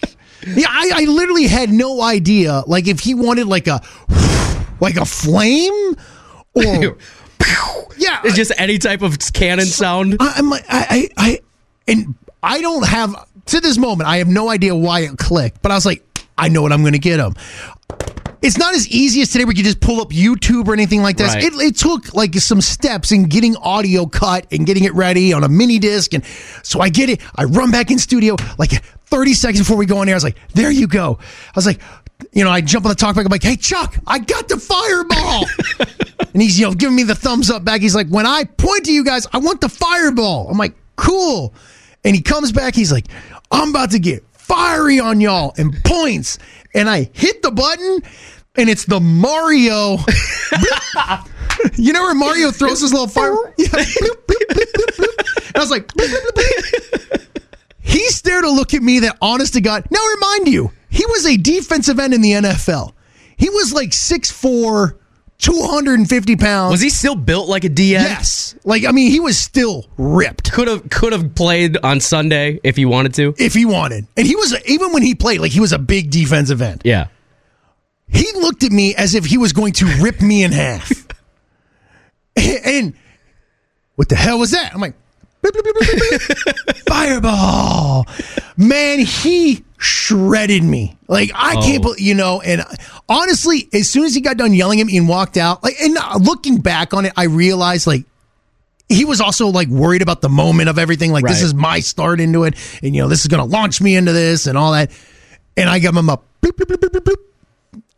Yeah, I, I literally had no idea. Like if he wanted like a like a flame or yeah, It's just any type of cannon sound. I, I'm like I, I I and I don't have to this moment. I have no idea why it clicked, but I was like, I know what I'm going to get him. It's not as easy as today where you just pull up YouTube or anything like this. Right. It, it took like some steps in getting audio cut and getting it ready on a mini disc. And so I get it. I run back in studio like 30 seconds before we go on air. I was like, there you go. I was like, you know, I jump on the talkback. I'm like, hey, Chuck, I got the fireball. and he's, you know, giving me the thumbs up back. He's like, when I point to you guys, I want the fireball. I'm like, cool. And he comes back. He's like, I'm about to get fiery on y'all and points. And I hit the button and it's the Mario. you know where Mario throws his little fire? Yeah, bloop, bloop, bloop, bloop, bloop. And I was like, bloop, bloop, bloop, bloop. he stared a look at me that, honest to God, now remind you, he was a defensive end in the NFL. He was like 6'4, 250 pounds. Was he still built like a DN? Yes. Like, I mean, he was still ripped. Could have could have played on Sunday if he wanted to. if he wanted. And he was even when he played, like he was a big defensive end. Yeah. He looked at me as if he was going to rip me in half. and what the hell was that? I'm like, "Bloop, bloop, bloop, bloop, bloop, bloop." fireball. Man, he shredded me. Like I can't Oh. believe, you know. And honestly, as soon as he got done yelling at me and walked out, like, and uh, looking back on it, I realized like he was also like worried about the moment of everything. Like this Right. is my start into it, and you know this is going to launch me into this and all that. And I gave him a bloop, bloop, bloop, bloop, bloop, bloop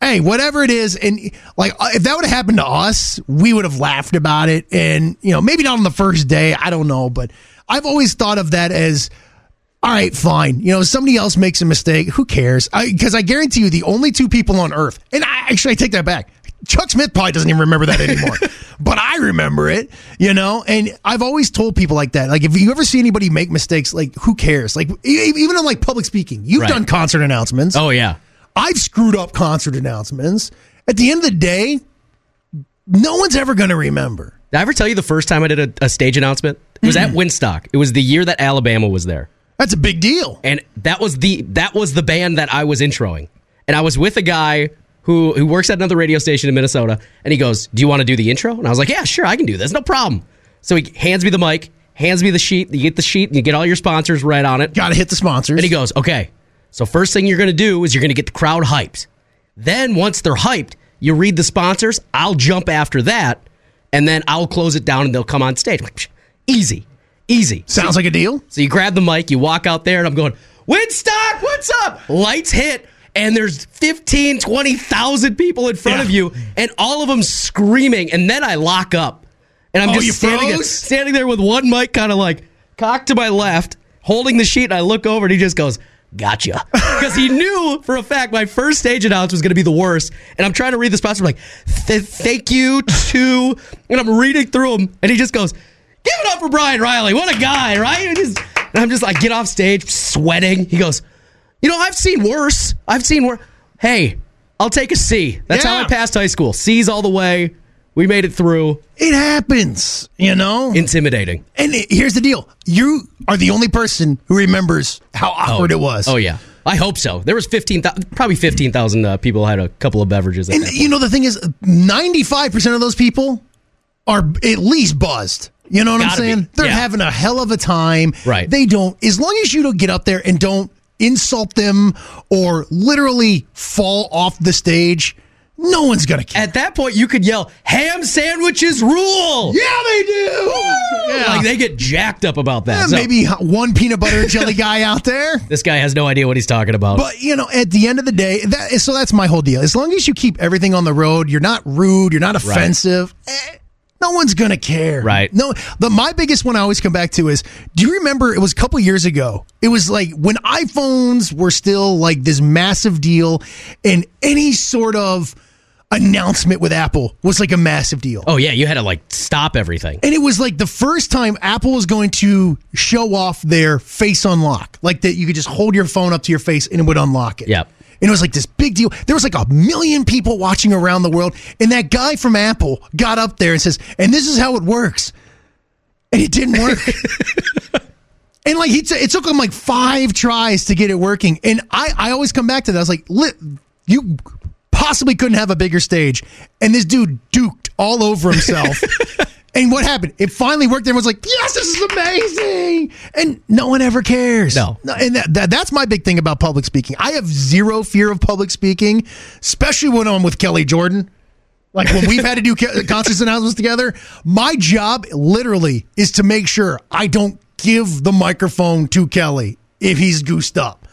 hey, whatever it is, and like uh, if that would have happened to us, we would have laughed about it, and you know maybe not on the first day, I don't know, but I've always thought of that as. All right, fine. You know, somebody else makes a mistake. Who cares? Because I, guarantee you, the only two people on earth, and I actually I take that back. Chuck Smith probably doesn't even remember that anymore, but I remember it. You know, and I've always told people like that. Like, if you ever see anybody make mistakes, like who cares? Like, e- even on like public speaking, you've Right. done concert announcements. Oh yeah. I've screwed up concert announcements. At the end of the day, no one's ever going to remember. Did I ever tell you the first time I did a, a stage announcement? It was at Winstock. It was the year that Alabama was there. That's a big deal. and that was the that was the band that I was introing, and I was with a guy who who works at another radio station in Minnesota, and he goes, "Do you want to do the intro?" And I was like, "Yeah, sure, I can do this, no problem." So he hands me the mic, hands me the sheet. You get the sheet, and you get all your sponsors right on it, Got to hit the sponsors. and he goes, "Okay, So first thing you're going to do is you're going to get the crowd hyped. Then once they're hyped, you read the sponsors. I'll jump after that, and then I'll close it down, and they'll come on stage. Like, psh, easy, easy. Sounds like a deal. So you grab the mic, you walk out there, and I'm going, Winstock, what's up? Lights hit, and there's 15, 20,000 people in front Yeah. of you, and all of them screaming. And then I lock up. And I'm Oh, you just standing there, froze? standing there with one mic kind of like cocked to my left, holding the sheet, and I look over, and he just goes, Gotcha. Because he knew for a fact my first stage announcement was going to be the worst. And I'm trying to read the sponsor, I'm like, "Th- thank you to. And I'm reading through him, and he just goes, Give it up for Brian Riley. What a guy, right? And, just- and I'm just like, get off stage, sweating. He goes, You know, I've seen worse. I've seen worse. Hey, I'll take a C. That's how Yeah. I passed high school. C's all the way. We made it through. It happens, you know? Intimidating. and it- here's the deal you are the only person who remembers how awkward it was. Oh yeah, I hope so. There was fifteen, probably fifteen thousand uh, people had a couple of beverages. At And that. you know, the thing is, 95% of those people are at least buzzed. You know what I'm Gotta be. saying? They're Yeah. having a hell of a time. Right. They don't, as long as you don't get up there and don't insult them or literally fall off the stage, no one's going to care. At that point, you could yell "Ham sandwiches rule!" yeah, they do. Yeah. like they get jacked up about that. Yeah, So, maybe one peanut butter and jelly guy out there. this guy has no idea what he's talking about. But you know, at the end of the day, that is, so that's my whole deal. As long as you keep everything on the road, you're not rude, you're not offensive. eh, no one's gonna care, Right. No, the my biggest one I always come back to is: Do you remember? It was a couple years ago. It was like when iPhones were still like this massive deal, and any sort of announcement with Apple was like a massive deal. oh yeah, you had to like stop everything. And it was like the first time Apple was going to show off their face unlock, like that you could just hold your phone up to your face and it would unlock it. Yep. And it was like this big deal. There was like a million people watching around the world. And that guy from Apple got up there and says, and this is how it works. And it didn't work. and like he, t- it took him like five tries to get it working. And I, I always come back to that. I was like, Lit, you possibly couldn't have a bigger stage. And this dude duked all over himself. and what happened? It finally worked. Everyone's like, yes, this is amazing. And no one ever cares. No. and that, that, that's my big thing about public speaking. I have zero fear of public speaking, especially when I'm with Kelly Jordan. Like when we've had to do ca- concerts announcements together, my job literally is to make sure I don't give the microphone to Kelly if he's goosed up.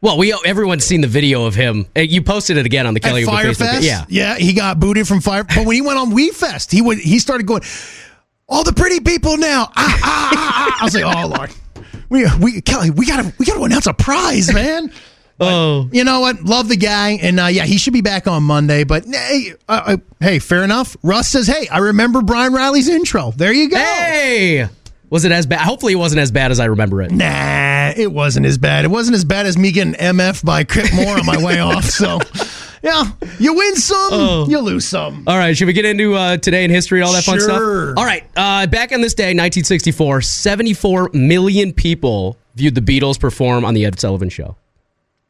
Well, we everyone's seen the video of him. Uh, You posted it again on the Kelly At Uber Facebook Firefest, page. Yeah, yeah, he got booted from Fire. But when he went on WeFest, he would he started going, all the pretty people now. Ah, ah, ah, ah. I was like, oh lord, we we Kelly, we gotta we gotta announce a prize, man. Oh. you know what? Love the guy, and uh, yeah, he should be back on Monday. But hey, uh, uh, hey, fair enough. Russ says, hey, I remember Brian Riley's intro. There you go. Hey, was it as bad? Hopefully, it wasn't as bad as I remember it. Nah, it wasn't as bad. It wasn't as bad as me getting MF by Crip Moore on my way off. So, yeah, you win some, Oh. you lose some. All right, should we get into uh, today in history, all that fun stuff? Sure. All right, uh, back on this day, 1964, 74 million people viewed the Beatles perform on the Ed Sullivan Show.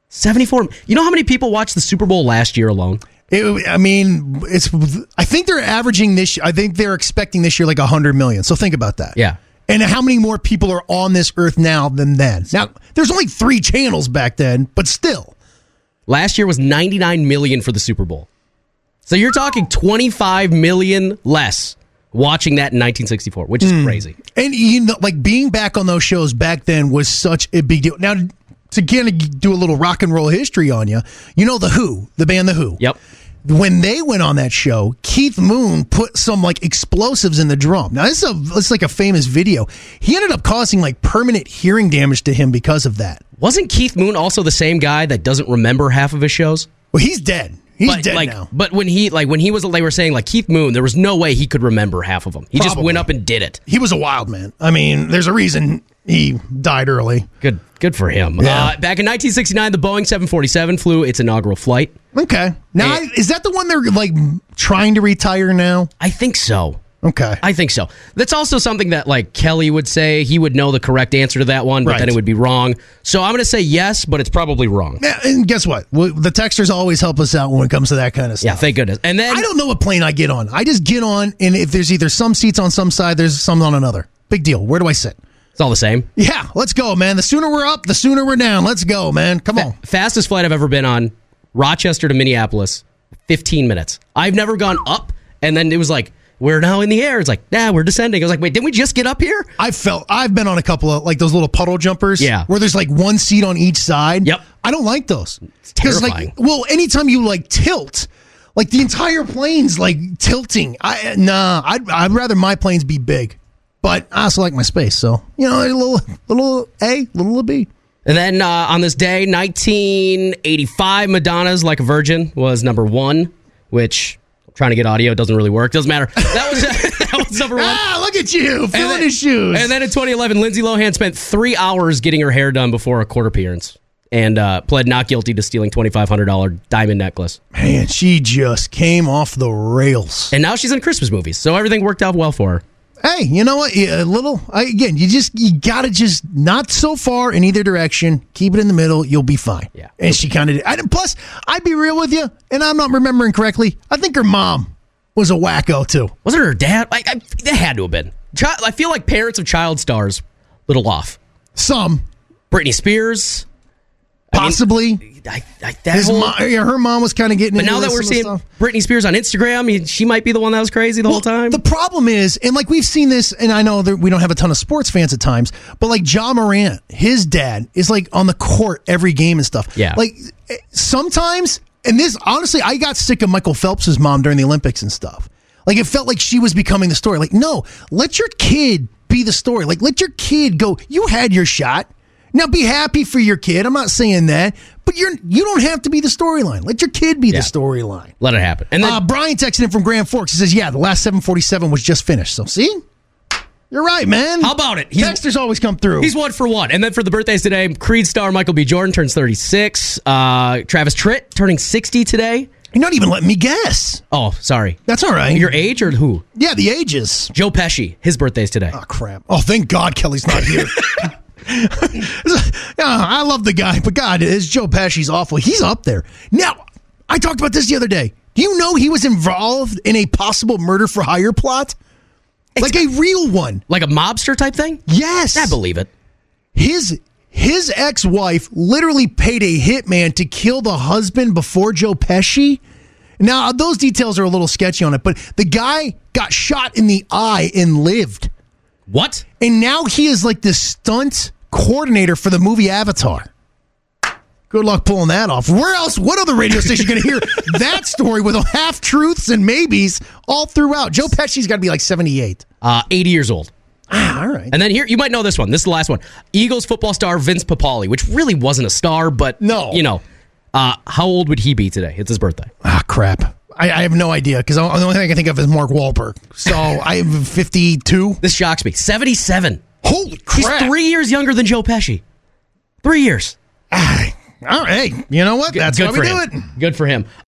74. You know how many people watched the Super Bowl last year alone? It, I mean, it's. I think they're averaging this. I think they're expecting this year like hundred million. So think about that. Yeah. And how many more people are on this earth now than then? Now, there's only three channels back then, but still. Last year was 99 million for the Super Bowl. So you're talking 25 million less watching that in 1964, which is crazy. And you know, like being back on those shows back then was such a big deal. Now, to kind of do a little rock and roll history on you, you know the Who, the band the Who. Yep. When they went on that show, Keith Moon put some like explosives in the drum. Now this is a this is like a famous video. He ended up causing like permanent hearing damage to him because of that. Wasn't Keith Moon also the same guy that doesn't remember half of his shows? Well, he's dead. He's but dead like, now. but when he like when he was, they were saying like Keith Moon, there was no way he could remember half of them. He just Probably. went up and did it. He was a wild man. I mean, there's a reason he died early. Good, good for him. Yeah. Uh, back in 1969, the Boeing 747 flew its inaugural flight. Okay. Now Yeah. I, is that the one they're like trying to retire now? I think so. Okay. I think so. That's also something that like Kelly would say. He would know the correct answer to that one, but Right. then it would be wrong. So I'm going to say yes, but it's probably wrong. Yeah, and guess what? Well, the texters always help us out when it comes to that kind of Yeah, stuff. thank goodness. And then I don't know what plane I get on. I just get on, and if there's either some seats on some side, there's some on another. Big deal. Where do I sit? It's all the same. Yeah, let's go, man. The sooner we're up, the sooner we're down. Let's go, man. Come on. Fastest flight I've ever been on, Rochester to Minneapolis, 15 minutes. I've never gone up, and then it was like, we're now in the air. It's like, nah, we're descending. I was like, wait, didn't we just get up here? I felt I've been on a couple of like those little puddle jumpers. Yeah. Where there's like one seat on each side. Yep. I don't like those. It's terrifying. like well, anytime you like tilt, like the entire plane's like tilting. I nah, I'd I'd rather my planes be big. But I also like my space, so you know, a little little A, little B. And then uh, on this day, 1985, Madonna's "Like a Virgin" was number one, which I'm trying to get audio it doesn't really work. Doesn't matter. That was that was number one. Ah, look at you, filling then- his shoes. And then in 2011, Lindsay Lohan spent three hours getting her hair done before a court appearance and uh, pled not guilty to stealing $2,500 diamond necklace. Man, she just came off the rails. And now she's in Christmas movies, so everything worked out well for her. hey, you know what? Yeah, A little I, again, you just you gotta just not so far in either direction. Keep it in the middle. You'll be fine. Yeah. And she kind of did. I, plus, I'd be real with you, and I'm not remembering correctly. I think her mom was a wacko too. Was it her dad? Like, I, that had to have been. Child, I feel like parents of child stars, little off. Some Britney Spears. possibly I, I, that his whole- mom. Yeah, her mom was kind of getting. But into now that this some we're of the seeing stuff. Britney Spears on Instagram, you- she might be the one that was crazy the whole Well, time. The problem is, and like we've seen this, and I know that we don't have a ton of sports fans at times, but like John Morant, his dad is like on the court every game and stuff. Yeah. Like eh, sometimes, and this honestly, I got sick of Michael Phelps's mom during the Olympics and stuff. Like it felt like she was becoming the story. Like, no, let your kid be the story. Like, let your kid go. You had your shot. Now be happy for your kid. I'm not saying that, but you're you don't have to be the storyline. Let your kid be Yeah. the storyline. Let it happen. And then Uh, Brian texted in from Grand Forks. He says, "Yeah, the last 747 was just finished. So see, you're right, man. How about it? He's- Texters always come through. He's one for one. And then for the birthdays today, Creed star Michael B. Jordan turns 36. Uh, Travis Tritt turning 60 today. You're not even letting me guess. Oh, sorry. That's all right. Your age or who? yeah, the ages. Joe Pesci. His birthday's today. Oh crap. Oh, thank God Kelly's not here." Yeah, I love the guy, but God, is Joe Pesci's awful. He's up there. Now, I talked about this the other day. Do you know he was involved in a possible murder for hire plot? Like a real one. Like a mobster type thing? Yes. I believe it. his his ex-wife literally paid a hitman to kill the husband before Joe Pesci. Now, those details are a little sketchy on it, but the guy got shot in the eye and lived. What? And now he is like the stunt coordinator for the movie Avatar. Good luck pulling that off. Where else? What other radio station going to hear that story with half truths and maybes all throughout? Joe Pesci's got to be like 78. Uh, 80 years old. Ah, all right. And then here, you might know this one. This is the last one. Eagles football star Vince Papali, which really wasn't a star, but No. you know. Uh, how old would he be today? It's his birthday. Ah, crap. I, I have no idea because the only thing I can think of is Mark Wahlberg. So I am 52. This shocks me. 77. Holy He's crap. three years younger than Joe Pesci. Three years. Ah, all right. You know what? That's good how we for do him. it. Good for him.